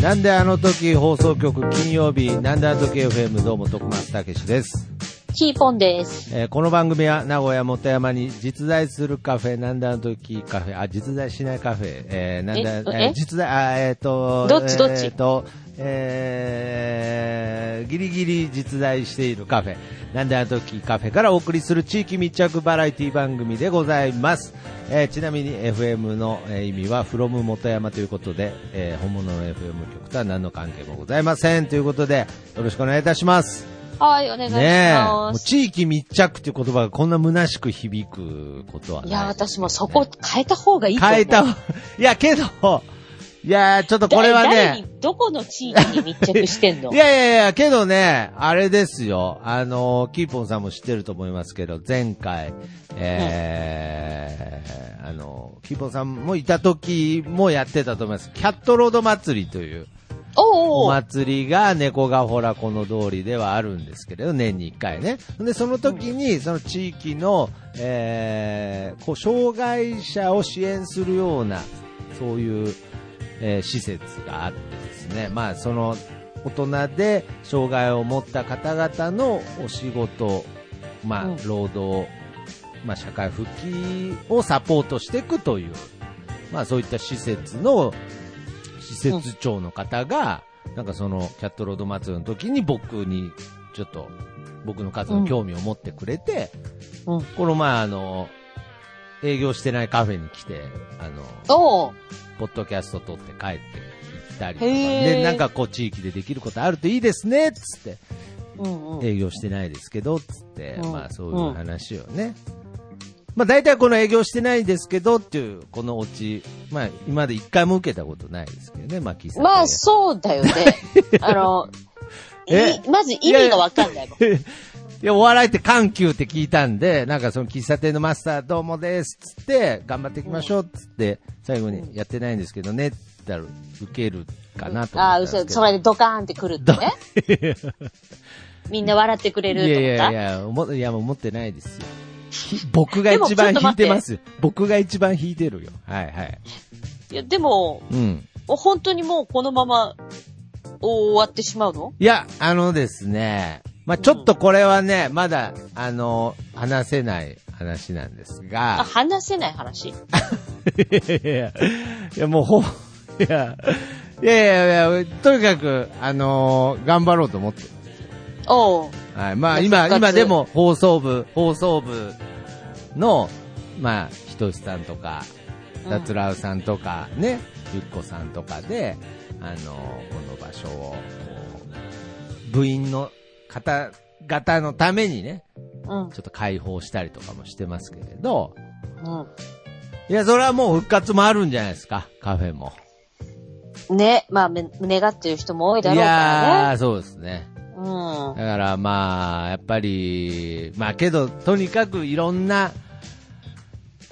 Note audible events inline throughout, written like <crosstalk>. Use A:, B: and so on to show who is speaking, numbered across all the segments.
A: なんであの時放送局金曜日、なんであの時 FM どうも徳松たけしです、
B: キーポンです。
A: えーこの番組は名古屋元山に実在するカフェ、なんであの時カフェ、あ、実在しないカフェ、えーなんであ、
B: え
A: えー
B: え
A: 実在、あ、えっ、と、
B: どっちどっち
A: えっ、と、えーギリギリ実在しているカフェ、なんであの時カフェからお送りする地域密着バラエティ番組でございます。えーちなみに FM のえー意味は from 元山ということで、えー本物の FM 局とは何の関係もございませんということで、よろしくお願いいたします。
B: はい、お願いし
A: ねえ、も
B: ま
A: う
B: す。
A: 地域密着っていう言葉がこんな虚しく響くことはない。
B: いや、私もそこ変えた方がいいと思う。
A: 変えた方、いや、けど、いや、ちょっとこれは
B: だ誰
A: ね、
B: に、どこの地域に密着してん
A: <laughs>
B: の
A: いやいやいや、けどね、あれですよ、あの、キーポンさんも知ってると思いますけど、前回、えーあの、キーポンさんもいた時もやってたと思います。キャットロード祭りという。
B: お
A: お
B: うおう
A: 祭りが猫がほらこの通りではあるんですけれど、年に1回ね。で、その時に、その地域の、えーこう、障害者を支援するような、そういう、えー施設があってですね、まあ、その、大人で障害を持った方々のお仕事、まあ
B: うん、
A: 労働、まあ、社会復帰をサポートしていくという、まあ、そういった施設の施設長の方が、なんかそのキャットロード祭りの時に僕にちょっと僕の活動に興味を持ってくれて、
B: うん
A: この前あの、営業してないカフェに来て、あの、
B: おう
A: ポッドキャスト撮って帰ってきたりとか、
B: へー
A: で、なんかこう地域でできることあるといいですね、つって、
B: うんうん。
A: 営業してないですけど、つって、
B: うん
A: まあそういう話をね。まあ大体この営業してないですけどっていう、このオチ、まあ今まで一回も受けたことないですけどね、まあ喫茶店
B: ま
A: や
B: あ、そうだよね。あの、
A: え
B: いまず意味がわかんないもん。
A: で、お笑いって緩急って聞いたんで、なんかその喫茶店のマスターどうもですっつって、頑張っていきましょうっつって、最後にやってないんですけどね、って言ったら受けるかなと思
B: あ
A: った
B: あ、
A: んですけど。
B: 嘘、それでドカーンってくるってね。 <laughs> みんな笑ってくれる
A: いやい
B: と思
A: や
B: っ
A: いや、思
B: た。
A: いやもう思ってないですよ。ひ僕が一番引いてますよ。僕が一番引いてるよ。はいはい。
B: いや、でも、
A: うん。
B: 本当にもうこのまま終わってしまうの
A: いや、あのですね、まあちょっとこれはね、まだ、あの、話せない話なんですが。
B: あ、話せない話。
A: いやいやいや、いやもうほ、いや、いやいやいや、とにかく、あのー頑張ろうと思ってる。
B: おう
A: はい。まあ
B: いや
A: 今、
B: 復活
A: 今でも放送部、放送部の、まあ、ひとしさんとか、
B: うん
A: ダツラウさんとか、ね、ゆっこさんとかで、あのーこの場所を、こう部員の方々のためにね、
B: うん。
A: ちょっと開放したりとかもしてますけれど、
B: うん。
A: いや、それはもう復活もあるんじゃないですか、カフェも。
B: ね、まあ、め願ってる人も多いだろう
A: い
B: か
A: やー、そうですね。
B: らね。
A: だからまあ、やっぱり、まあけど、とにかくいろんな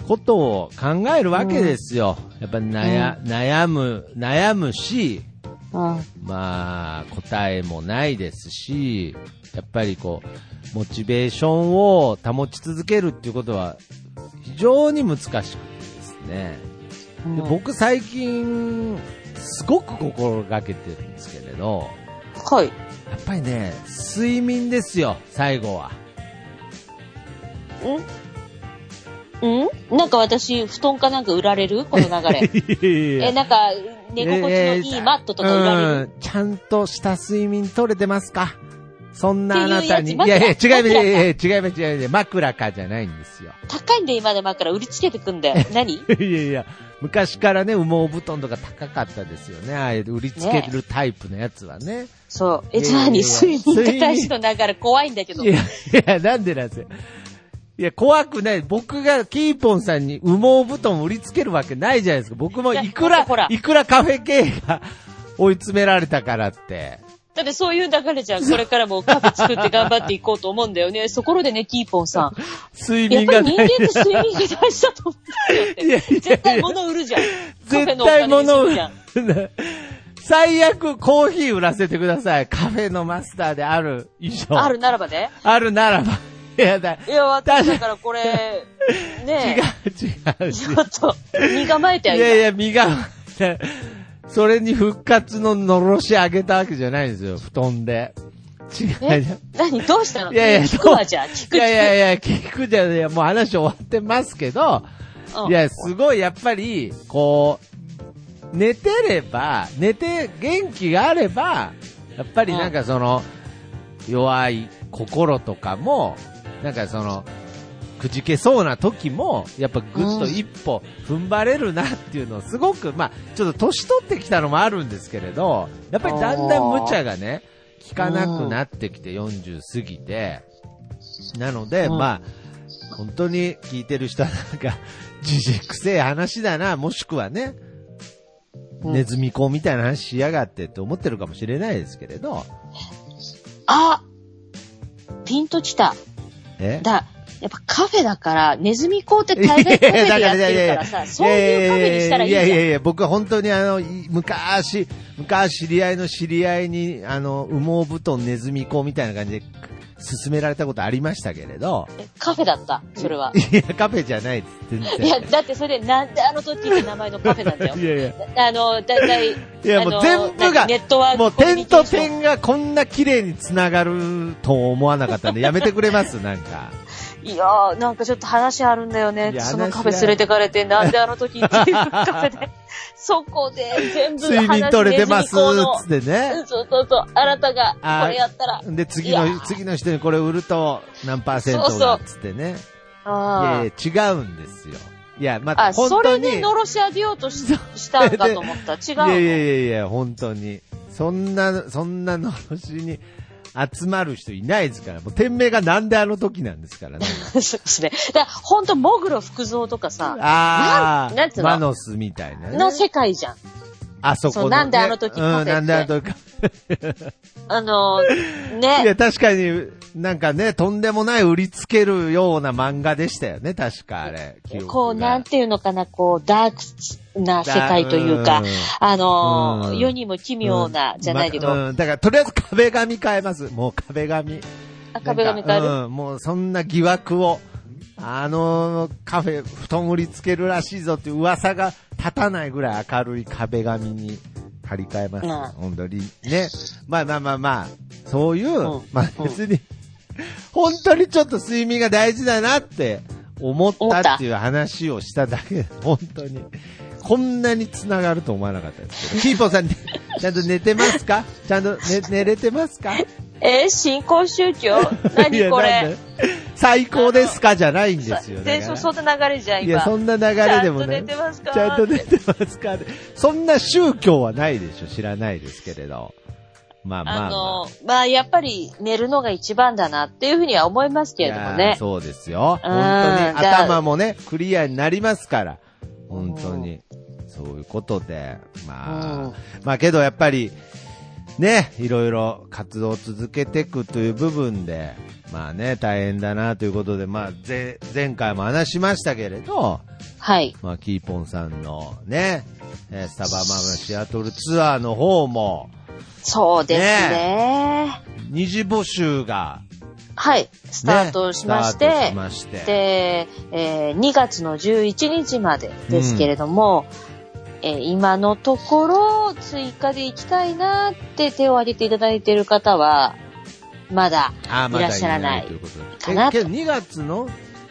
A: ことを考えるわけですよ。やっぱり悩,、悩む、悩むし、
B: うん。うん。
A: まあ、答えもないですし、やっぱりこう、モチベーションを保ち続けるっていうことは、非常に難しくてですね。で
B: うん
A: 僕最近、すごく心がけてるんですけれど、
B: はい。
A: やっぱりね、睡眠ですよ、最後 <laughs> は。
B: んんなんか私、布団かなんか売られるこの流
A: <laughs>
B: れ。え、なんか、寝心地のいいマットとか売られる。
A: うんちゃんとした睡眠取れてますかそんなあなたに。
B: っ
A: い
B: ていう
A: やいや、
B: やつ
A: 違う、い
B: 枕
A: やいや、違う、違う、違う違う、枕かじゃないんですよ。 <laughs>
B: 高いんだよ、今で枕。売りつけてくんだよ。何 <laughs>
A: いやいや、昔からね、羽毛布団とか高かったですよね。ああいう売りつけるタイプのやつはね。
B: そう。え、
A: いやいや
B: じゃあ何
A: いや
B: 睡眠と対しての流れ怖いんだけど
A: い。や、いや、なんでなんですよ。いや、怖くない。僕がキーポンさんに羽毛布団を売りつけるわけないじゃないですか。僕もいく
B: いや
A: ら
B: ほら、
A: いくらカフェ経営が追い詰められたからって。
B: だってそういう流れじゃん。これからもカフェ作って頑張っていこうと思うんだよね。ところでね、キーポンさん。
A: 睡
B: や
A: 眠
B: っぱ
A: が
B: り
A: な
B: 人間っ
A: い
B: て睡眠が大事だと思うんだよ
A: いやいや
B: ね。
A: いや
B: 絶対物売るじゃん。
A: 絶対物
B: を
A: を。最悪コーヒー売らせてください。カフェのマスターである以上。
B: ある。ならばね。
A: あるならば。いやだ。
B: いや、私だ
A: だ
B: からこれ、ね
A: 違う
B: え。
A: 違う。
B: ちょっと、身構えてあ
A: い
B: げ
A: や
B: る。
A: いや、身が、それに復活ののろし上げたわけじゃないんですよ、布団で。違う
B: え。何どうしたの
A: いやいや、
B: 聞くわ、じゃあ。聞く、
A: いやい
B: 聞
A: やいや、聞くじゃねえもう話終わってますけど、
B: く。うん
A: いや、すごい、やっぱり、こう、寝てれば、寝て、元気があれば、やっぱりなんかその、弱い心とかも、なんかその、くじけそうな時も、やっぱぐっと一歩踏ん張れるなっていうのをすごく、まあ、ちょっと年取ってきたのもあるんですけれど、やっぱりだんだん無茶がね、効かなくなってきて40過ぎて、なので、
B: うん
A: まあ、本当に聞いてる人はなんか、じじくせえ話だな、もしくはね、
B: うん
A: ネズミ講みたいな話しやがってって思ってるかもしれないですけれど、
B: あピンときた。
A: え
B: だ、やっぱカフェだから、ネズミ講って大概カフェでやってるからさ、そういうカフェにしたらいいじゃん。
A: いやいやいや、僕は本当にあの、い昔、昔知り合いの知り合いに、あの、羽毛布団ネズミ講みたいな感じで、勧められたことありましたけれ
B: <laughs>
A: ど、
B: えカフェだった、それは。
A: いや、カフェじゃないです、全
B: いや、
A: 然。
B: だってそれで、なんであの時って名前のカフェなんだよ。
A: <laughs> いやいや。
B: あの、だいたい、
A: いや、もう
B: あの
A: 全部が
B: なんかネットワー、ク
A: もう
B: コミュ
A: 点
B: ニケー
A: と
B: ション
A: 点がこんな綺麗に繋がると思わなかったんで、やめてくれ
B: <laughs>
A: ますなんか。
B: いやー、なんかちょっと話あるんだよ
A: い
B: ね。
A: や
B: その
A: 話あ
B: カ
A: る
B: フェ連れてかれて、なんであの時っていうカフェで、そこで全部話
A: 睡眠取れてます、
B: ネズミ講の
A: つって
B: う
A: ね
B: ん。そうそうそう、あなたが
A: あー
B: これやったら、
A: で、次
B: いや
A: の、次の人にこれ売ると何パーセント
B: そう
A: が
B: そ、
A: つってね。い
B: あ
A: や
B: ー
A: いや違うんですよ。いや、また
B: あ、
A: 本
B: そ
A: 当
B: れ
A: に。
B: でのろし上げようとししたんだと思った。
A: <laughs>
B: 違うの
A: いやいやいやいや、本当に。そんな、そんなのろしに集まる人いないですから。もう店名がなんであの時なんですからね。
B: そうですね。だから、ほんと、モグロ福蔵とかさ、
A: あ
B: <laughs> なんなんつ
A: あ、
B: うの
A: マノスみたいなね。
B: の世界じゃん。
A: あそこの、
B: そう
A: ね。
B: なんであの時
A: うん、
B: カフェって
A: なんであの時カフ
B: あのー、
A: ェい
B: ね。
A: や、確かに、なんかね、とんでもない売りつけるような漫画でしたよね、確かあれ。記憶が
B: こう、なんていうのかな、こう、ダークな世界というか
A: うん、
B: あ
A: う
B: の
A: ん
B: ー、世にも奇妙な、じゃないけど、
A: まうんだから、とりあえず壁紙変えます。もう壁紙。
B: あ壁紙変
A: な
B: え
A: ん
B: る、
A: かうん、もうそんな疑惑を、あのカフェ、布団売りつけるらしいぞっていう噂が立たないぐらい明るい壁紙に張り替えます。
B: うん
A: 本当に。ね。まあまあまあまあ、そういう、
B: うん
A: まあ別に、本当にちょっと睡眠が大事だなって思ったっていう話をしただけで、本当に。こんなに繋がると思わなかったですけど。キーポンさん、ねちゃんと寝てますかちゃんと寝寝れてますか
B: えー、新興
A: <laughs>
B: 宗教何こ
A: いやなん
B: れ
A: で最高ですかじゃないんですよね。
B: 全然そんな流れじゃん、
A: いや、
B: 今。
A: そんな流れでもない。
B: ちゃんと寝てますか
A: ちゃんと寝てますかでそんな宗教はないでしょ知らないですけれど。まあまあ、ま
B: あ
A: あ。
B: のー、まあ、やっぱり寝るのが一番だなっていうふうには思いますけれども
A: いやー
B: ね。
A: そうですよ。本当
B: うん
A: に
B: じゃあ
A: 頭もね、クリアになりますから。本当に。そういうことで、まあ、
B: うん
A: まあけどやっぱり、ね、いろいろ活動を続けていくという部分で、まあね、大変だなということで、まあ、ぜ前回も話しましたけれど、
B: はい。
A: まあ、キーポンさんのね、えースタバマムシアトルツアーの方も、
B: そうですね
A: 二次募集が、
B: はい。ス
A: ね、
B: タートしまし
A: スタート
B: て、
A: しまして
B: で、えー2月の11日までですけれども、えー今のところ追加で行きたいなって手を挙げていただいている方は、まだ
A: あーまだ
B: いらっしゃらない
A: ということで
B: かな
A: えけど2月の、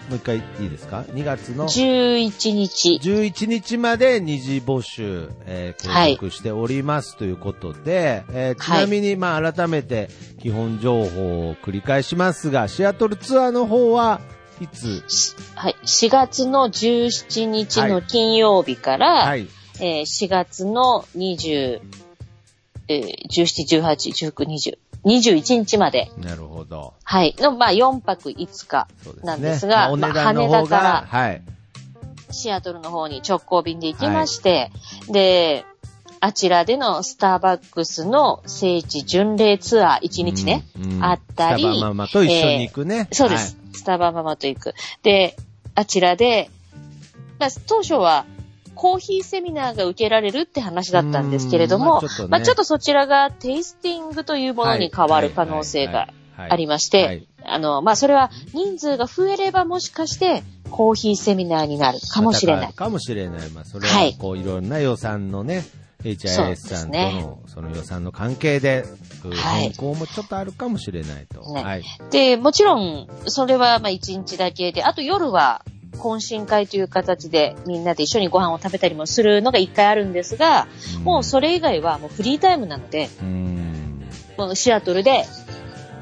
A: もう一回いいですか ?2 月の
B: 11日。
A: 11日まで二次募集、えー
B: はい
A: 継続しておりますということで、えーちなみに、まあ改めて基本情報を繰り返しますが、シアトルツアーの方はいつ
B: しはい、4月の17日の金曜日から、
A: はい。
B: えー4月の20、えー、17、18、19、20、21日まで、
A: なるほど。
B: はい、の、まあ、4泊5日
A: そうですね。
B: なんですが、
A: まあお値
B: まあ
A: 段の
B: 羽
A: 方
B: 田
A: が、
B: から
A: はい。
B: シアトルの方に直行便で行きまして、で、あちらでのスターバックスの聖地巡礼ツアー1日ね、
A: うんうん
B: あった
A: ス
B: り
A: タバママと一緒に行くね。
B: そうです。スタバママと行く。で、あちらで、まあ、当初はコーヒーセミナーが受けられるって話だったんですけれども、
A: うんまあちょっとね
B: まあちょっとそちらがテイスティングというものに変わる可能性があり
A: ま
B: まし
A: は
B: て
A: い、
B: あの、まあそれは人数が増えればもしかしてコーヒーセミナーになるかもしれない。
A: かもしれない。まあ、それ
B: は、
A: はいこう、いろんな予算のね、
B: そうで
A: HIS さ
B: す
A: んと
B: ね
A: の、その予算の関係で、うん
B: はい
A: 変更もちょっとあるかもしれないと。
B: ね
A: はい。
B: で、もちろんそれはまあ一日だけで、あと夜は懇親会という形でみんなで一緒にご飯を食べたりもするのが一回あるんですが、もうそれ以外はもうフリータイムなので、
A: うん。
B: もうシアトルで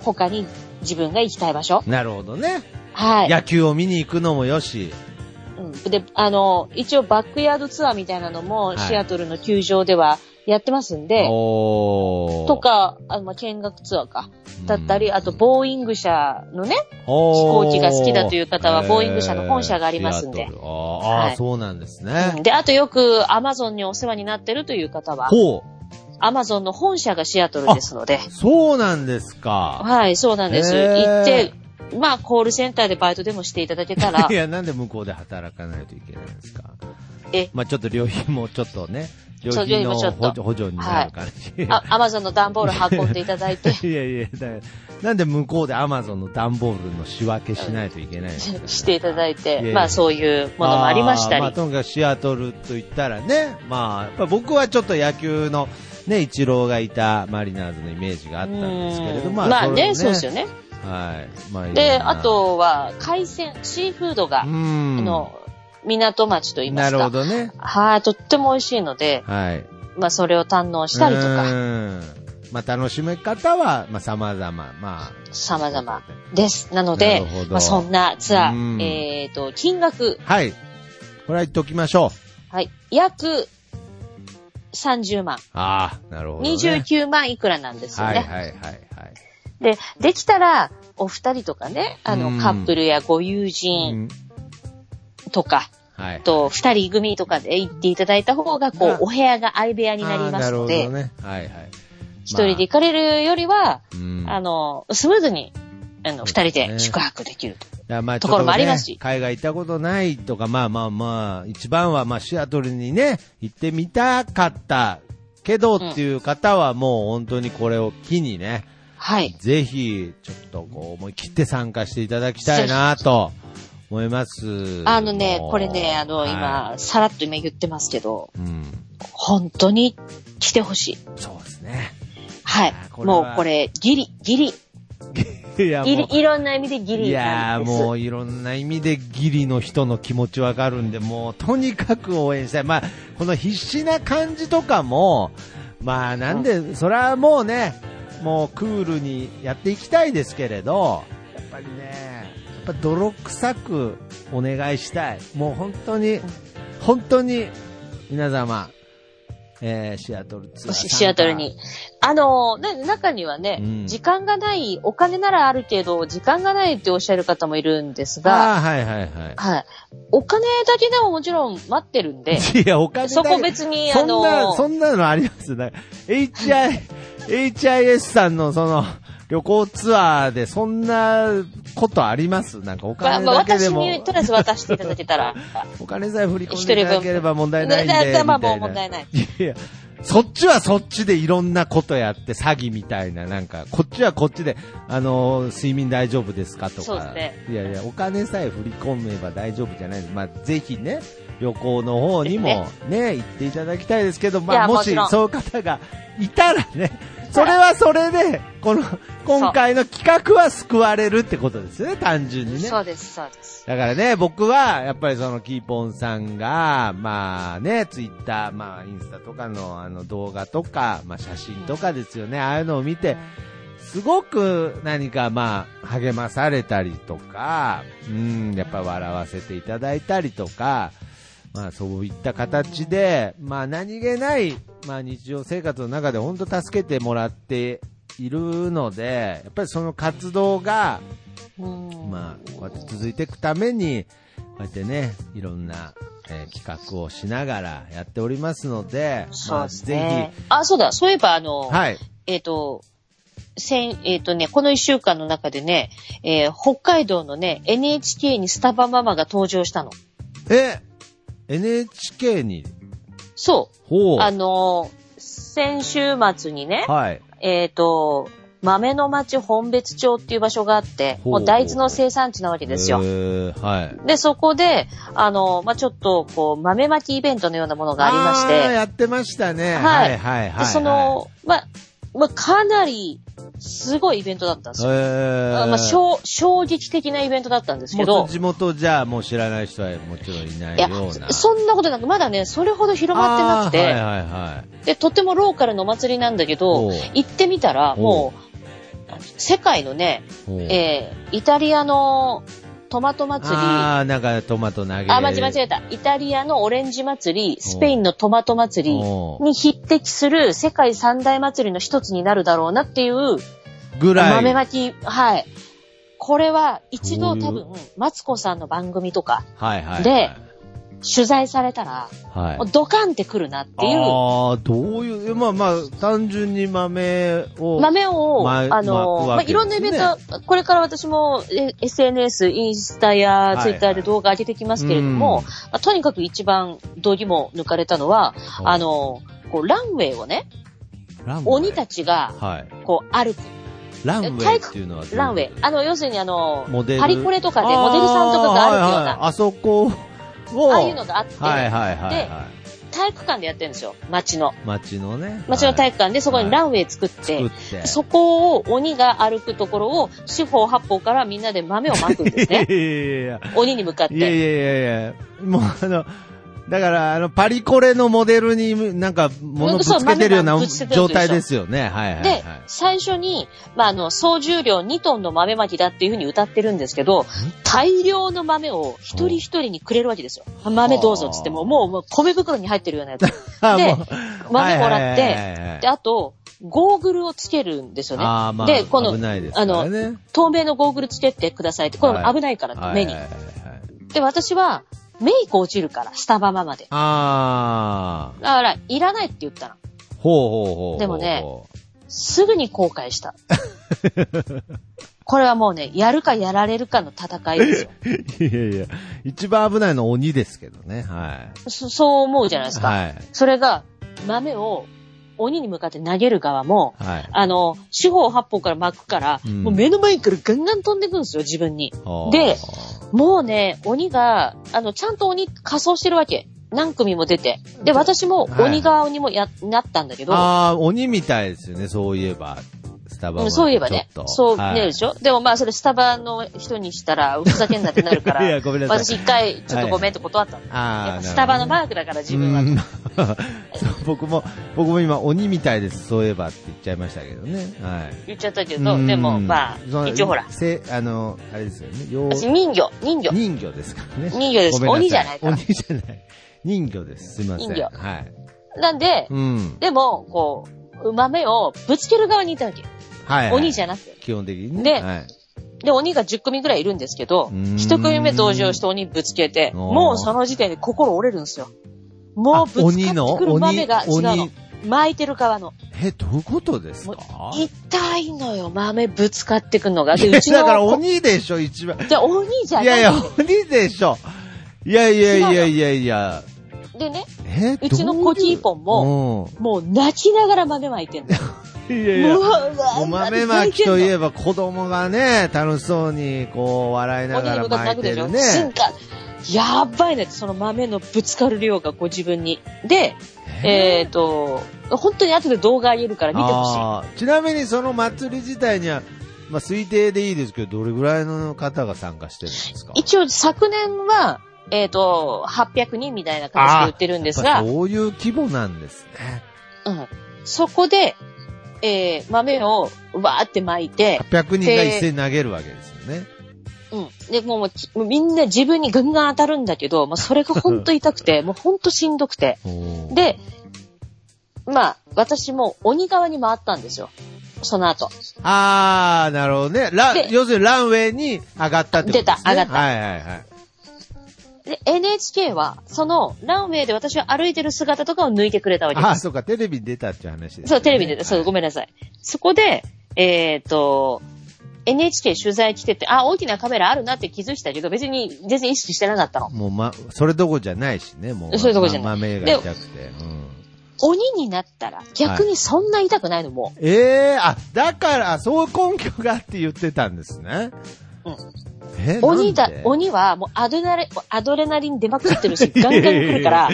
B: 他に自分が行きたい場所。
A: なるほどね。
B: はい。
A: 野球を見に行くのもよし。
B: うんで、あの、一応バックヤードツアーみたいなの
A: は
B: も
A: い
B: シアトルの球場ではやってますんで、
A: おー
B: と、か、あの、まあ見学ツアーか。だったり、あと、ボーイング社のね、
A: 飛
B: 飛行機が好きだという方はボーイング社の本社がありますんで
A: ああ、
B: はい
A: そうなんですね。
B: で、あとよくアマゾンにお世話になってるという方は、
A: ほ
B: アマゾンの本社がシアトルですので、
A: う、そうなんですか。
B: はい、そうなんです。
A: へー
B: 行って、まあ、コールセンターでバイトでもしていただけたら
A: い、や、なんで向こうで働かないといけないんですか。
B: え
A: まあちょっと旅費もちょっとね、旅
B: そう
A: 費
B: 旅費
A: の
B: もちょっと
A: 補助補助になる感じ。
B: あアマゾンの段ボール運んでいただいて、
A: <laughs> いやいや、だなんで向こうでアマゾンの段ボールの仕分けしないといけないんですか
B: していただい
A: いやい
B: て、
A: や
B: まあそういうものもありまし
A: あ
B: た
A: ー
B: り。
A: まあ、とにかくシアトルと言ったらね、まあ、やっぱ僕はちょっと野球の、ね、イチローがいたマリナーズのイメージがあったんですけれど
B: うん
A: も、
B: まあ
A: れも
B: ね、そうですよね。
A: はい。まあ、いろ
B: で、
A: んな
B: あ、とは海鮮、シーフードが、
A: う
B: あ
A: ん。
B: の、港町と言いま
A: な
B: す
A: るほ
B: か。
A: どね。
B: はい、とっても美味しいので、
A: はい。
B: まあそれを堪能したりとか、
A: うん。まあ、楽しめ方は、まあ、様々、まあ。
B: 様々です。なの
A: な
B: で
A: るほ、ど
B: まあそんなツア
A: うん
B: ー、えっ、と、金額、
A: はい。これは言っときましょう。
B: はい、約30万、
A: ああ、なるほど、ね。
B: 29万いくらなんですよ
A: はい
B: ね。
A: はいはいはい。
B: で、できたら、お二人とかね、あ
A: うん
B: の、カップルやご友
A: う
B: 人
A: ん
B: とか、
A: はい。
B: あと、二人組とかで行っていただいた方が、こ
A: あ
B: う、お部屋が相部屋になりますの
A: あー
B: で、
A: なるほどね。はいはい。
B: 一、人で行かれるよりは、
A: うん
B: あの、スムーズに、あの、
A: そう
B: 二
A: で
B: 人
A: すね
B: で宿泊できると。
A: いやまあ
B: ところもありますし
A: ちょっとね海外行ったことないとか、まあまあまあ、一番はまあシアトルにね、行ってみたかったけどっていう方はもう本当にこれを機にね、
B: はい。
A: ぜひちょっとこう思い切って参加していただきたいなと思います。
B: あのね
A: も、う
B: これね、あの、今、
A: は
B: さらっと今言ってますけど、
A: いうん。
B: 本当に来てほしい。
A: そうですね。
B: はい
A: あ。ーこれは
B: もうこれ、ギリ、ギリ、
A: いや
B: ギ
A: もう
B: リ、いろんな意味でギ
A: い
B: リな
A: や
B: ん
A: ー
B: です。
A: もういろんな意味でギリの人の気持ちわかるんで、もうとにかく応援したい。まあ、この必死な感じとかも、まあなんで、それはもうね、もうクールにやっていきたいですけれど、やっぱりね、やっぱ泥臭くお願いしたい。もう本当に、本当に、皆様、えー、シアトルツアー参加
B: シアトルに。。あの、ね、中にはね、
A: うん
B: 時間がない、お金ならあるけど、時間がないっておっしゃる方もいるんですが、
A: ああ、はいはいはい。
B: はい。お金だけでももちろん待ってるん
A: <laughs>
B: で、
A: いや、お金だけ
B: そこ別に、
A: そ
B: あ
A: んな、
B: の、
A: そんなのありますだから HI、HIS さんのその、旅行ツアーでそんなことありますなんかお
B: まあ
A: 金
B: まあ
A: だけで
B: 私
A: も、
B: にとりあえず渡していただけ
A: <laughs>
B: たら、
A: お金さえ振り込んでいただければ問題ないんで。
B: 一人分
A: みたい
B: ま
A: な
B: あもう問題ない。
A: いや、そっちはそっちでいろんなことやって詐欺みたいな、なんか、こっちはこっちで、あのー睡眠大丈夫ですかとか。
B: そうですね
A: いやいや、お金さえ振り込めば大丈夫じゃないです。まあ、ぜひね、旅行の方にもね、行っていただきたいですけど、
B: い
A: まあ、
B: や
A: も
B: も
A: し
B: ちろん
A: そういう方がいたらね、それはそれで、この、今回の企画は救われるってことですよね、単純にね。
B: そうです、そうです。
A: だからね、僕は、やっぱりその、キーポンさんが、まあね、ツイッター、まあ、インスタとかの、あの、動画とか、まあ、写真とかですよね、ああいうのを見て、すごく何か、まあ、励まされたりとか、うん、やっぱ笑わせていただいたりとか、まあ、そういった形で、まあ、何気ない、まあ、日常生活の中で本当助けてもらっているので、やっぱりその活動が、
B: うん
A: まあ、こうやって続いていくために、こうやってね、いろんな、えー企画をしながらやっておりますので、
B: そう
A: まあ
B: です
A: ぜ
B: ね。あ、そうだ。そういえば、あの、
A: ひ、はい、
B: えっ、と、先、えっ、とね、この一週間の中でね、えー北海道のね、NHK にスタバママが登場したの。
A: え、NHK に、
B: そ
A: ほ
B: う。
A: う、
B: あのー先週末にね、
A: はい、
B: えっ、と、豆の町本別町っていう場所があって、
A: ほう
B: もう大豆の生産地なわけですよ
A: え。ーはい。
B: で、そこで、あの、まあ、ちょっと、こう、豆まきイベントのようなものがありまし
A: ー
B: て、
A: やってましたね。は
B: はい
A: い、はい、はい。
B: でその、まあ、まあ、かなり、すごいイベントだったんですよ。
A: え
B: あまあ、衝衝撃的なイベントだったんですけ
A: も
B: ど
A: う、地元じゃもう知らない人はもちろんいない
B: いや
A: ような。、
B: そんなことなく、まだね、それほど広まってなくて、
A: あーはいはいはい。
B: で、とてもローカルのお祭りなんだけ
A: お
B: ど
A: う、
B: 行ってみたら、もう、世界のね、
A: ほう
B: えーイタリアのトマト祭り、
A: ああ、なんかトマト投げ
B: あ、間違え間違えた。イタリアのオレンジ祭り、スペインのトマト祭り
A: おう
B: に匹敵する世界三大祭りの一つになるだろうなっていう、
A: ぐらい。
B: 豆まき、はい。これは一度多
A: う
B: 分、マツコさんの番組とか
A: はいはいはい。
B: で取材されたら、
A: はい
B: もう。ドカンってくるなっていう、
A: ああ、どういう、まあまあ、単純に豆を。
B: 豆を、
A: ま
B: あ
A: 巻
B: の、
A: く
B: ま
A: わ
B: あ、
A: け
B: いろんなイベント、これから私もえ SNS、インスタ
A: い
B: や
A: はい
B: ツイッターで動画上げてきますけれども、まあとにかく一番道義も抜かれたのは、
A: うん
B: あ、の、こう、ランウェイをね、
A: ランウェイ
B: 鬼たちが、
A: はい。
B: こう、歩く。
A: ランウェイっていうのはどういうこと
B: ランウェイ。あの、要するにあの
A: モデ、ル
B: パリコレとかでモデルさんとかがあるよう
A: あーはいはい
B: な、
A: あそこを、
B: ああいうのがあって、
A: はいはいはいは
B: 体育館でやってるんですよ。街の。
A: い。街のね。
B: 街の体育館でそこにランウェイ作っ
A: はい
B: て、
A: 作って。。
B: そこを鬼が歩くところを、四方八方からみんなで豆をまくんですね
A: <laughs> いやいやいや
B: 鬼に向かっ
A: いやい
B: て。
A: やいやいや、もうあの、だから、あの、パリコレのモデルに、なんか、物ぶつけてるような
B: そう豆がぶつけてる
A: 状態ですよね。はいはい、は
B: で
A: い。、
B: 最初に、まあ、あの、総重量2トンの豆まきだっていうふうに歌ってるんですけど、大量の豆を一人一人にくれるわけですよ。豆どうぞっつっても、もうもう米袋に入ってるようなやつ。
A: <laughs> あ
B: で
A: もう
B: 豆もらっ
A: はいはいはいはい
B: て、で、あと、ゴーグルをつけるんですよね。
A: あーまあ、
B: で、この
A: 危ないですからね。
B: 透明のゴーグルつけてくださいって、これ
A: はい
B: 危ないから、
A: はい
B: 目に
A: はい。はいはい
B: で、私は、メイク落ちるから、スタバマまで。
A: あ
B: だから、いらないって言ったら、
A: ー、ほうほうほうほう。
B: でもねすぐに後悔した。これはもうね、やるかやられるかの戦
A: <laughs>
B: いですよ。
A: いやいや、一番危ないのは鬼ですけどね。は
B: そそう思うじゃないで
A: い。
B: すか。
A: はい。
B: それが、豆を鬼に向かって投げる側も、
A: はい。
B: あの、四方八方から巻くから、
A: うん
B: もう目の前からガンガン飛んでくんですよ、自分に。
A: あー
B: で、もうね、鬼が、あの、ちゃんと鬼仮装してるわけ。何組も出て。で、私も
A: はい
B: 鬼側にもや、なったんだけど、
A: あー、鬼みたいですよね、そういえば。スタバ
B: う
A: は
B: んそういえばね
A: ちょっ。と
B: そう、
A: はい
B: ねでしょでもまあ、それスタバの人にしたら、ふざけんなってなる
A: <laughs>
B: か
A: いや
B: ら、
A: ごめんなさい
B: <laughs> 私一回、ちょっとごめんって断ったの。や
A: あ
B: っぱ
A: あ、
B: スタバのマークだから自分は。
A: うん <laughs> そう僕も、僕も今、鬼みたいです、そういえばって言っちゃいましたけどね。はい。
B: 言っちゃったけど、でも
A: うん
B: ま
A: そ
B: あ、
A: の
B: 一応ほら、
A: せ、あの、あれですよね。よう
B: 私人魚、人魚。
A: 人魚ですからね。
B: 人魚で
A: ご
B: す
A: めんさ
B: 鬼じゃないから
A: 鬼じゃない。人魚です。すいません。
B: 人魚
A: はい。
B: なんで、
A: うん。
B: でも、こう、豆をぶつける側にいたわけ。
A: はい、はい。
B: 鬼じ
A: ゃ
B: ゃなくて。
A: 基本的にね。
B: で
A: はい。
B: で、鬼が10組ぐらいいるんですけど
A: うーん、
B: 1組目登場して鬼ぶつけて、
A: おー
B: もうその時点で心折れるんですよ。もうぶつかってくる豆が
A: あ
B: 違う
A: 鬼の
B: の
A: 鬼。
B: 巻いてる側の。
A: え、どういうことですか
B: もう痛いのよ、豆ぶつかってくんのが。で、うちの。
A: <laughs> だから鬼でしょ、一番。
B: じゃあ鬼じゃない
A: いやいや、鬼でしょ。いやいやいやいやいや。
B: でね、
A: え、
B: うちのコキーポンも、
A: も、
B: もう泣きながら豆まいてんの。
A: うん。いやいや
B: も。ううわ
A: お豆まきとい
B: ば、
A: えば子供がね、楽しそうにこう笑いな
B: 鬼
A: が
B: に
A: ら
B: 向かって
A: 巻
B: 泣
A: いて
B: くでし
A: る
B: ょ。
A: ね。
B: 進化。やばいね、その豆のぶつかる量がこう自分に。で、えっ、と、本当に後で動画あげるから見てほしい。
A: あーちなみにその祭り自体には、まあ推定でいいですけど、どれぐらいの方が参加してるんですか
B: 一応昨年は、えっ、と、800人みたいな形で売ってるんです
A: や
B: が
A: っぱ、そういう規模なんですね。
B: うん、そこで、えー豆をわーって巻いて、
A: 800人が一斉に投げるわけですよね。
B: うん。で、もうもうきもうみんな自分にガンガン当たるんだけど、もうそれがほんと痛く
A: <laughs>
B: て、もうほんとしんどくて。
A: おー、
B: で、まあ、私も鬼側に回ったんですよ。その後。
A: あー、なるほどね。ラン
B: で
A: 要するにランウェイに上がったってことです、ね。
B: 出た上がった
A: はいはいはい。
B: で NHK は、そのランウェイで私は歩いてる姿とかを抜いてくれたわけで
A: ああ、そうか、テレビに出たっていう話です、ね。
B: す。そう、テレビで、そう、ご
A: めん。
B: めんなさい。そこで、えっ、と、NHK 取材来てて、あ、大きなカメラあるなって気づいたけど、別に全然意識してなかったの。
A: もう、ま、それどころじゃないしね、もう。
B: それどころじゃな
A: ま
B: い
A: 豆が痛くて。うん。
B: 鬼になったら、逆にそんな痛くないのも
A: ええあ、だから、そういう根拠があって言ってたんですね。
B: うん
A: え
B: う、
A: な
B: 鬼だ
A: んで、
B: 鬼はもうアドレナリン、アドレナリン出まくってるし、ガンガン来るから、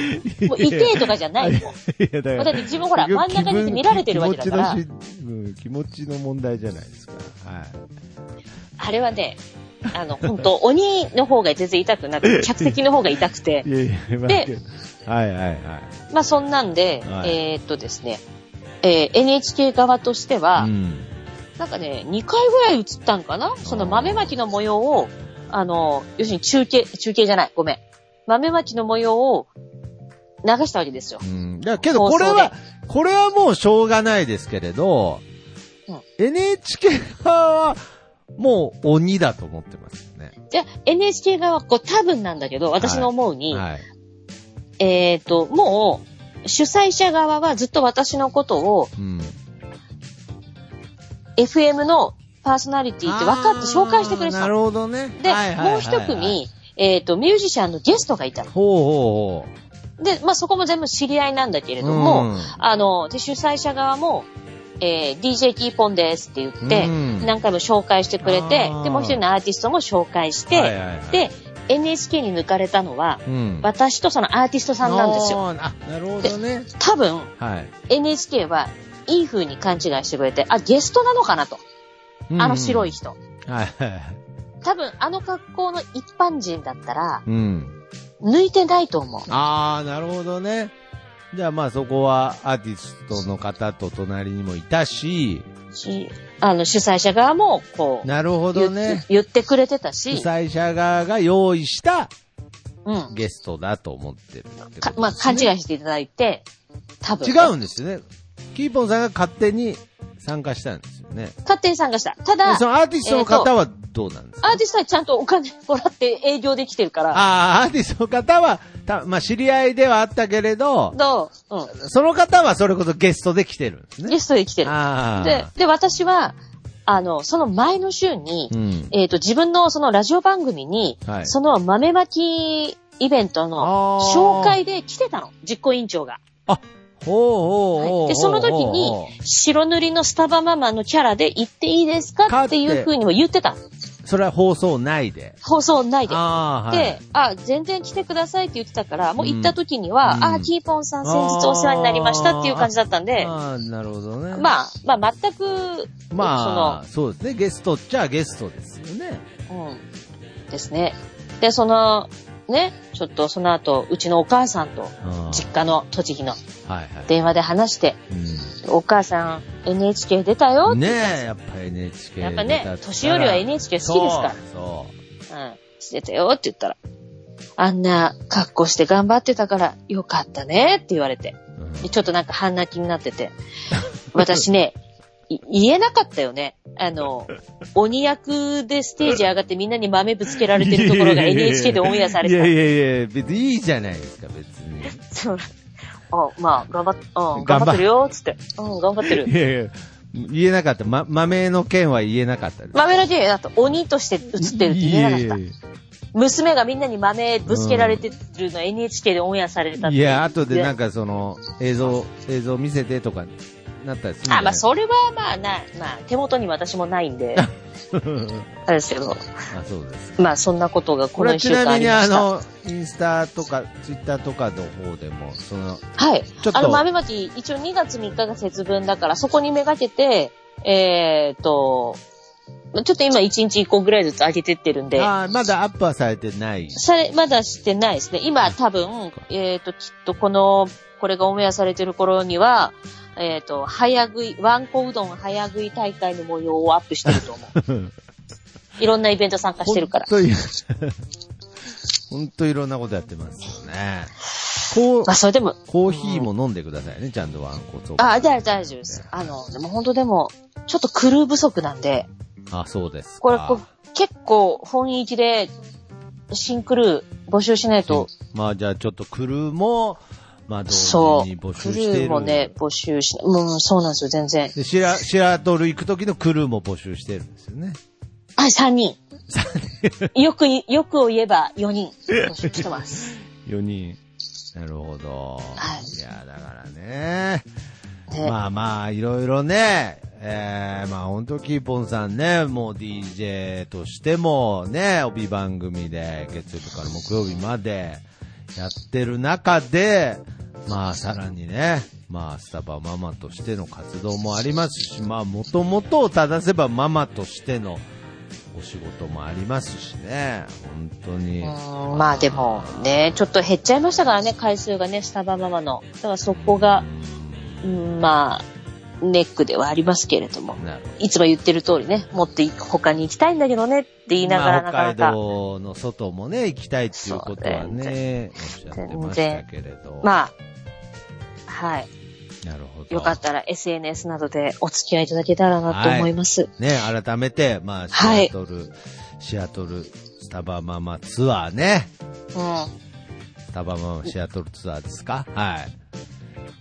B: もう痛えとかじゃないの。
A: いやだから
B: だって自分ほら真ん中にいて見られてるわけだから
A: 気分気持ちのしうん気持ちの問題じゃないですか。はい。
B: あれはね、あの、本当鬼の方が全然痛くなくて、客席の方が痛くて、
A: いやいや、まあ
B: で
A: はいはいはい。
B: まあそんなんで、
A: はい
B: えーっとですね、えー NHK 側としては、
A: うん。
B: なんかね、2回ぐらい映ったんかなその豆まきの模様を、あの、要するに中継、中継じゃない、ごめん。豆まきの模様を流したわけですよ
A: う。ん。だからけどこれは、これはもうしょうがないですけれど、
B: う
A: NHK 側はもう鬼だと思ってますね。
B: じゃあ NHK 側はこう多分なんだけど、私の思うに、
A: はい。
B: えーっと、もう、主催者側はずっと私のことを
A: うん。
B: FM のパーソナリティって分かって紹介してくれて
A: あーな
B: た
A: る
B: の。
A: ほどね。
B: で、
A: はいはいはいはい
B: もう一。組、えーっと、ミュージシャンのゲストがいたの。
A: ほうほうほ
B: で、まあ、そこも全部知り合いなんだけれ
A: う。
B: ども、あの、で、主催者側も、えー DJ キーポンですって言って、
A: うん
B: 何回も紹介してくれて
A: あー、
B: で、もう一人のアーティストも紹介し
A: はい
B: て、
A: はいはい、
B: で、NHK に抜かれたのは、
A: うん、
B: 私とそのアーティストさんなんですよ。
A: あー。あ、なるほどね。
B: 多分、
A: はい。
B: NHK はいい風に勘違いしてくれて、あ、ゲストなのかなと。あの白い。人。
A: はいはいはい。
B: 多分、あの格好の一般人だったら、
A: うん。
B: 抜いてないと思う。
A: ああ、なるほどね。じゃあまあそこはアーティストの方と隣にもいたし、
B: しあの、主催者側も、こう、
A: なるほど
B: 言っ
A: ね
B: て。言ってくれてた
A: 主
B: し、
A: 催者側が用意した
B: うん。
A: ゲストだと思ってるってことです
B: か
A: ね、
B: まあ、勘違いしていただいて、多分、
A: 違
B: ね。
A: うんですよね。キーポンさんが勝手に参加したんですよね。
B: 勝手に参加した。た
A: で
B: だ、
A: そのアーティストの方はどうなんですか、
B: アーティストはちゃんとお金もらって営業できてるから、
A: ああ、アーティストの方は、たまあ知り合いではあったけれど、
B: どう、う
A: その方はそれこそゲストで来てるんです
B: ん、
A: ね。
B: ゲストで来てる。
A: ああ。
B: で、で、私は、あの、その前の週に、
A: うん。
B: えっ、と、自分のそのラジオ番組に、
A: はい
B: その豆まきイベントの
A: あー
B: 紹介で来てたの、実行委員長が。
A: ほうほうほうほうほう。
B: で、その時に、白塗りのスタバママのキャラで行っていいです
A: か
B: か
A: っ
B: ってていう風にも言ってたの。
A: それは放送内で。
B: 放送内で。
A: ああ、はい。
B: で、あ、全然来てくださいって言ってたから、もう行った時に
A: う
B: は、
A: ん
B: あ、キーポンさん先日お世話になりましたっていう感じだったんで、
A: ああ、なるほどね。
B: まあ、まあ全く、
A: あまあ、そうですね。ゲストっちゃゲストですよね。
B: その、うん、ですね。で、その、ね、ちょっとその後、うちのお母さんと、
A: うんはい
B: 実家の栃木の
A: はい。
B: 電話で話して、お母さん NHK 出た
A: う
B: よ
A: ん、ねえ、やっぱ NHK
B: やっぱ
A: 出た
B: ね
A: ら、
B: 年寄りは NHK 好きですか
A: そう。
B: ら、うん、出たよって言ったら、あんな格好して頑張ってたからよかったねって言われて。
A: そううん
B: でちょっとなんか半泣きになっ
A: <laughs>
B: てて。私ね、い言えなかったよね。あの、鬼役でステージ上がってみんなに豆ぶつけられてると
A: <laughs>
B: ころが NHK でオンエアされ
A: いやい
B: て
A: やいや、別にいいじゃないですか、別
B: <laughs>
A: に。
B: た。そうあ、まあ、頑張っ、うん、
A: 頑張っ
B: 頑張ってるよ、つって。うん、頑張ってる。
A: いやいや、言えなかった。ま、豆の件は言えなかったです。
B: 豆の芸だと鬼として映ってるって言えなかった。
A: いやいやいや
B: 娘がみんなに豆ぶつけられてるの NHK でオンエアされたって
A: いや、後でなん
B: か。
A: かその、映像、映像見せてとか、なったりするんじゃない
B: あ、まあ、それはまあな、まあ、手元に私もないんで、
A: <laughs>
B: あれですけど、
A: あ、そうです。
B: まあ、そんなことがこ
A: こ
B: の
A: れ
B: 一
A: ち
B: 週間
A: な
B: あ
A: み
B: り
A: に
B: ま
A: あ
B: した。
A: の、インスタとか、ツイッターとかの方でも、その、
B: はい。
A: ちょっと
B: あの、豆まき、一応2月3日が節分だから、そこにめがけて、えーっと、まあちょっと今1日1個ぐらいずつ上げてってるんで、
A: あーまだアップはされてない。
B: され、まだしてないですね。今多分、えーっと、きっとこの、これがオンエアされてる頃には、えーっと、早食い、ワンコうどん早食い大会の模様をアップしてると思う。
A: <laughs>
B: いろんなイベント参加してるから。
A: 本当に、 <laughs> 本当いろんなことやってますよね。こう
B: まあ、、それでも、
A: コーヒーも飲んでくださいね、ちゃんとワンコと。
B: あ、大大丈夫です。あの、でも本当でも、ちょっとクルー不足なんで、
A: あ、そうですか。
B: これこう結構本域で新クルー募集しないと、
A: まあじゃあちょっとクルーも、まあ同
B: そ
A: 時
B: う、
A: に
B: ク
A: 募
B: ル
A: 集してい
B: ー
A: る。
B: もね、募集し、うん、そうなんですよ、全然。
A: でシラ、シアトル行く時のクルーも募集してるんですよね。
B: はい、3人。よくい、よくを言えば4人。募集してます。
A: 4人。なるほど。
B: はい
A: いや、だからね。
B: ね
A: <laughs> まあまあ、いろいろね、えー、まあ本当キーポンさんね、もう DJ としてもね、帯番組で月曜日から木曜日までやってる中で、まあさらにね、まあスタバママとしての活動もありますし、まあもともとを正せばママとしてのお仕事もありますしね、本当に。
B: うんまあでもね、ちょっと減っちゃいましたからね、回数がね、スタバママの。だからそこが、うんまあ、ネックではありますけれども。
A: なるほど
B: いつも言ってる通りね、もっと他に行きたいんだけどねって言いなが
A: ま
B: らな
A: あ
B: かな
A: 北海
B: か。
A: 道の外もね、行きたいっていうことはね、おっしゃってましたけれど。
B: まあ、はい。
A: なるほど。
B: よかったら SNS などでお付き合いいただけたらなと思います。
A: ね、改めて、まあ、
B: は
A: シ
B: い
A: アトル、シアトル、スタバママツアーね。スタバママシアトルツアーですかはい。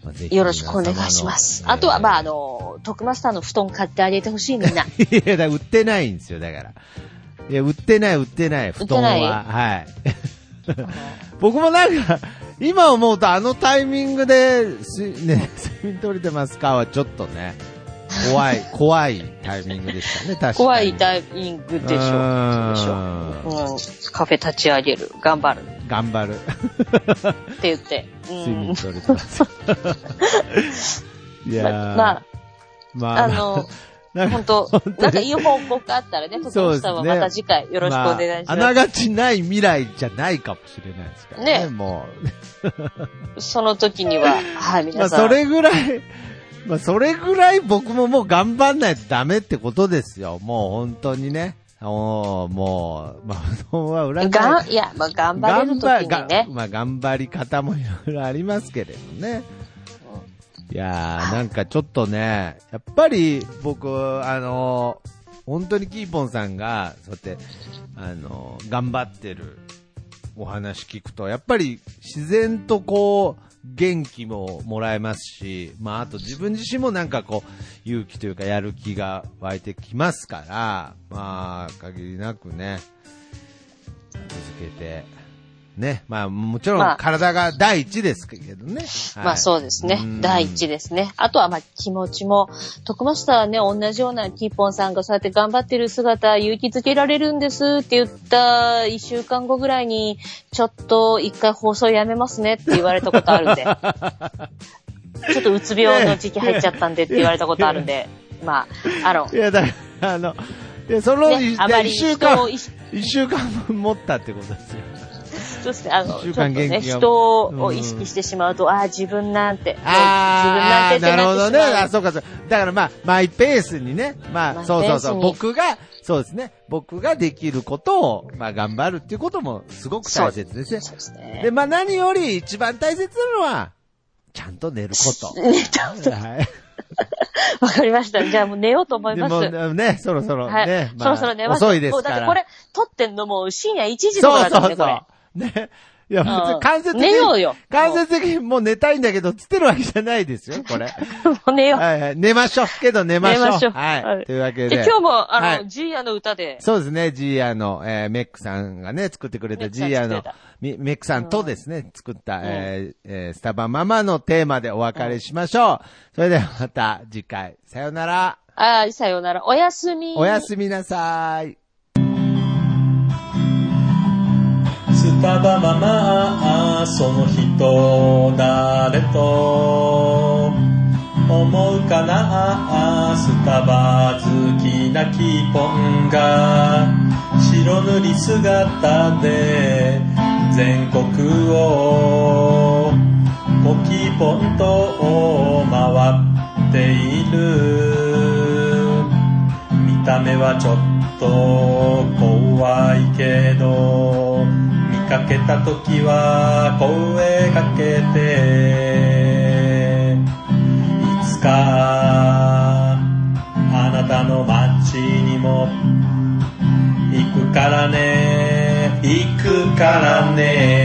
A: まあぜ
B: うん。
A: ひ
B: よろしくお願いします。あとは、まあ、あ、の、徳マスターの布団買ってあげてほしいみん
A: 皆
B: な。
A: 様のえーいや、だから売ってないんですよ、だから。いや、売ってない、売ってない、布団
B: 売って
A: は。
B: な
A: はい。 <laughs> 僕もなんか、今思うとあのタイミングで、すね、 <laughs> 睡眠取れてますかはちょっとね、怖
B: <laughs>
A: い、怖いタイミングでしたね、確かに。
B: <laughs> 怖い
A: イ
B: タイミングでしょ。
A: うん
B: そうでしょ。うん。カフェ立ち上げる。頑張る。
A: ミング。頑張る。
B: って言って。う
A: 睡
B: ん
A: 眠。取れてます。
B: <laughs>
A: いや
B: ま
A: ー
B: まあ、
A: ま
B: あの、
A: なんか
B: <laughs> 本当なんかいい報告あったらね、徳
A: そうですね
B: 松さんはまた次回よろしくお願いします。
A: ああながちない未来じゃないかもしれないですからね。
B: ね
A: も
B: その時には、はい、
A: う。ま
B: 皆
A: あ、
B: さん。
A: それぐらい、まあ、それぐらい僕ももう頑張んないとダメってことですよ。もう本当にね。おーもう、まあ、 <laughs> 布団は裏
B: がん、いや、まあ、頑張れる時に
A: が
B: ね。
A: まあ、頑張り方もいろいろありますけれどね。いやー、なんかちょっとね、やっぱり僕、あのー本当にキーポンさんが、そうやって、あのー頑張ってるお話聞くと、やっぱり自然とこう、元気ももらえますし、まあ、あと自分自身もなんかこう、勇気というかやる気が湧いてきますから、まあ、限りなくね、続けて、ね、まあ、もちろ
B: ま
A: ん
B: あ
A: 体が第一ですけどね。
B: まあそうですね。第一
A: で。
B: ですね。あとはまあ気持ちも、徳マスターはね、同じようなキーポンさんがそうやって頑張ってる姿、勇気づけられるんですって言った一週間後ぐらいに、ちょっと一回放送やめますねって言われたこと
A: <laughs>
B: あるんで。ちょっとうつ病の時期入っちゃったんでって言われたことあるんで、まあ、あの
A: <laughs> い、や、だから、あの、でその、
B: ね、あまり
A: 一週
B: 人
A: 間
B: を、意識
A: 一週間分持ったってことですよ。
B: そうですね、あの、
A: 一週
B: ちょっと
A: 間元気が
B: ね、人
A: う
B: を
A: ん
B: 意識してしまうと、ああ、自分なんて、
A: あー、
B: 自分なんてって
A: なるほどね。
B: な
A: あ、
B: ってしまう
A: そうかそう。だからまあ、マイペースにね。ま
B: マ
A: あ、
B: イ
A: そうそうそ
B: ペース
A: う。
B: に
A: 僕が、そうですね。僕ができることを、まあ、頑張るっていうこともすごく大切ですね。
B: そうです
A: で、
B: ね。
A: まあ、何より一番大切なのは、ちゃんと寝ること。
B: 寝た
A: はい。
B: <laughs> わかりました。じゃあもう寝ようと思い
A: で
B: ます。
A: もうね、そろそろね、
B: はい、
A: まあ
B: そろそろ寝ます。
A: 遅いですか
B: もうだって
A: ら。
B: これ、撮ってんのもう深夜1時と
A: そう
B: かだ
A: そ
B: から
A: う
B: ね、
A: そう
B: これ。。
A: ね。いや、
B: うん
A: 別に間接的に、
B: 寝ようよ
A: 間接的にもう寝たいんだけど、つってるわけじゃないですよ、これ。
B: もう寝よう。
A: はいはい。寝ましょう。けど寝ましょう。
B: 寝ましょう
A: はい。
B: はい
A: というわけで。
B: で、今日も、あの、
A: はい
B: ジーヤの歌で、
A: そうですね、ジーヤの、えーメックさんがね、作ってくれた
B: メック
A: ジ
B: さん
A: ーヤの
B: 作ってた、
A: みメックさんとですね、作った、えーえースタバママのテーマでお別れしましょう。それではまた次回、さよなら。
B: ああ、さようなら、おやすみ。
A: おやすみなさい。
C: スタバママその人誰と思うかなスタバ好きなキーポンが白塗り姿で全国をポキポンと回っている見た目はちょっと怖いけど見かけた時は声かけていつかあなたの街にも行くからね行くからね